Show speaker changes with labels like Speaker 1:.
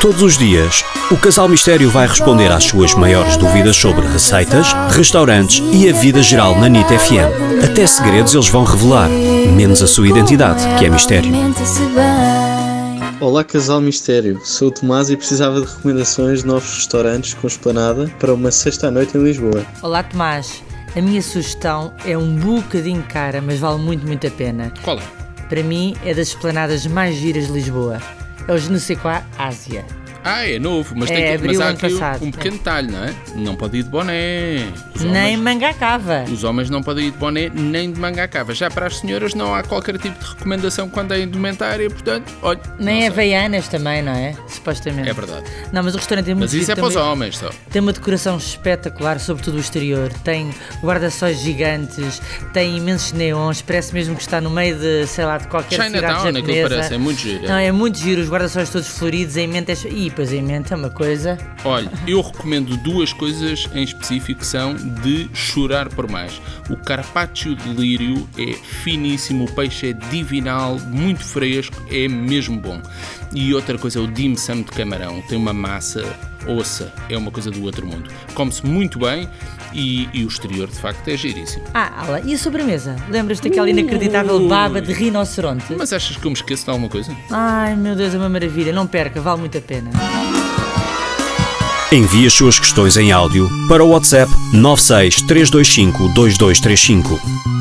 Speaker 1: Todos os dias, o Casal Mistério vai responder às suas maiores dúvidas sobre receitas, restaurantes e a vida geral na NIT FM. Até segredos eles vão revelar, menos a sua identidade, que é mistério.
Speaker 2: Olá, casal mistério. Sou o Tomás e precisava de recomendações de novos restaurantes com esplanada para uma sexta à noite em Lisboa.
Speaker 3: Olá Tomás, a minha sugestão é um bocadinho cara, mas vale muito, muito a pena.
Speaker 4: Qual é?
Speaker 3: Para mim, é das esplanadas mais giras de Lisboa. É o Je ne sais quoi Ásia.
Speaker 4: Ah, é novo, mas,
Speaker 3: É,
Speaker 4: tem que,
Speaker 3: abriu
Speaker 4: mas há
Speaker 3: ano
Speaker 4: aqui um-
Speaker 3: passado,
Speaker 4: um pequeno talho, não é? Não pode ir de boné. Os
Speaker 3: Nem
Speaker 4: homens,
Speaker 3: manga cava.
Speaker 4: os homens não podem ir de boné nem de manga à cava. Já para as senhoras não há qualquer tipo de recomendação quanto à indumentária, portanto, olha.
Speaker 3: Nem é
Speaker 4: não sei.
Speaker 3: havaianas também, não é? Supostamente.
Speaker 4: É verdade.
Speaker 3: Não, mas o restaurante é muito
Speaker 4: Mas isso
Speaker 3: giro
Speaker 4: é para os
Speaker 3: também.
Speaker 4: homens só.
Speaker 3: Tem uma decoração espetacular, sobretudo o exterior. Tem guarda-sóis gigantes, tem imensos neons, parece mesmo que está no meio de, sei lá, de qualquer
Speaker 4: Chinatown,
Speaker 3: cidade
Speaker 4: naquilo
Speaker 3: japonesa.
Speaker 4: parece, é muito giro.
Speaker 3: Não, é muito giro, os guarda-sóis todos floridos, em mente é... Ih, pois em mente é uma coisa...
Speaker 4: Olha, eu recomendo duas coisas em específico que são de chorar por mais. O carpaccio de lírio é finíssimo, o peixe é divinal, muito fresco, é mesmo bom. E outra coisa é o dim sum de camarão, tem uma massa ossa, é uma coisa do outro mundo. Come-se muito bem e, e o exterior de facto é giríssimo.
Speaker 3: Ah, Ala, e a sobremesa? Lembras-te daquela inacreditável baba de rinoceronte?
Speaker 4: Mas achas que eu me esqueço de alguma coisa?
Speaker 3: Ai, meu Deus, é uma maravilha, não perca, vale muito a pena.
Speaker 1: Envie as suas questões em áudio para o WhatsApp 963252235.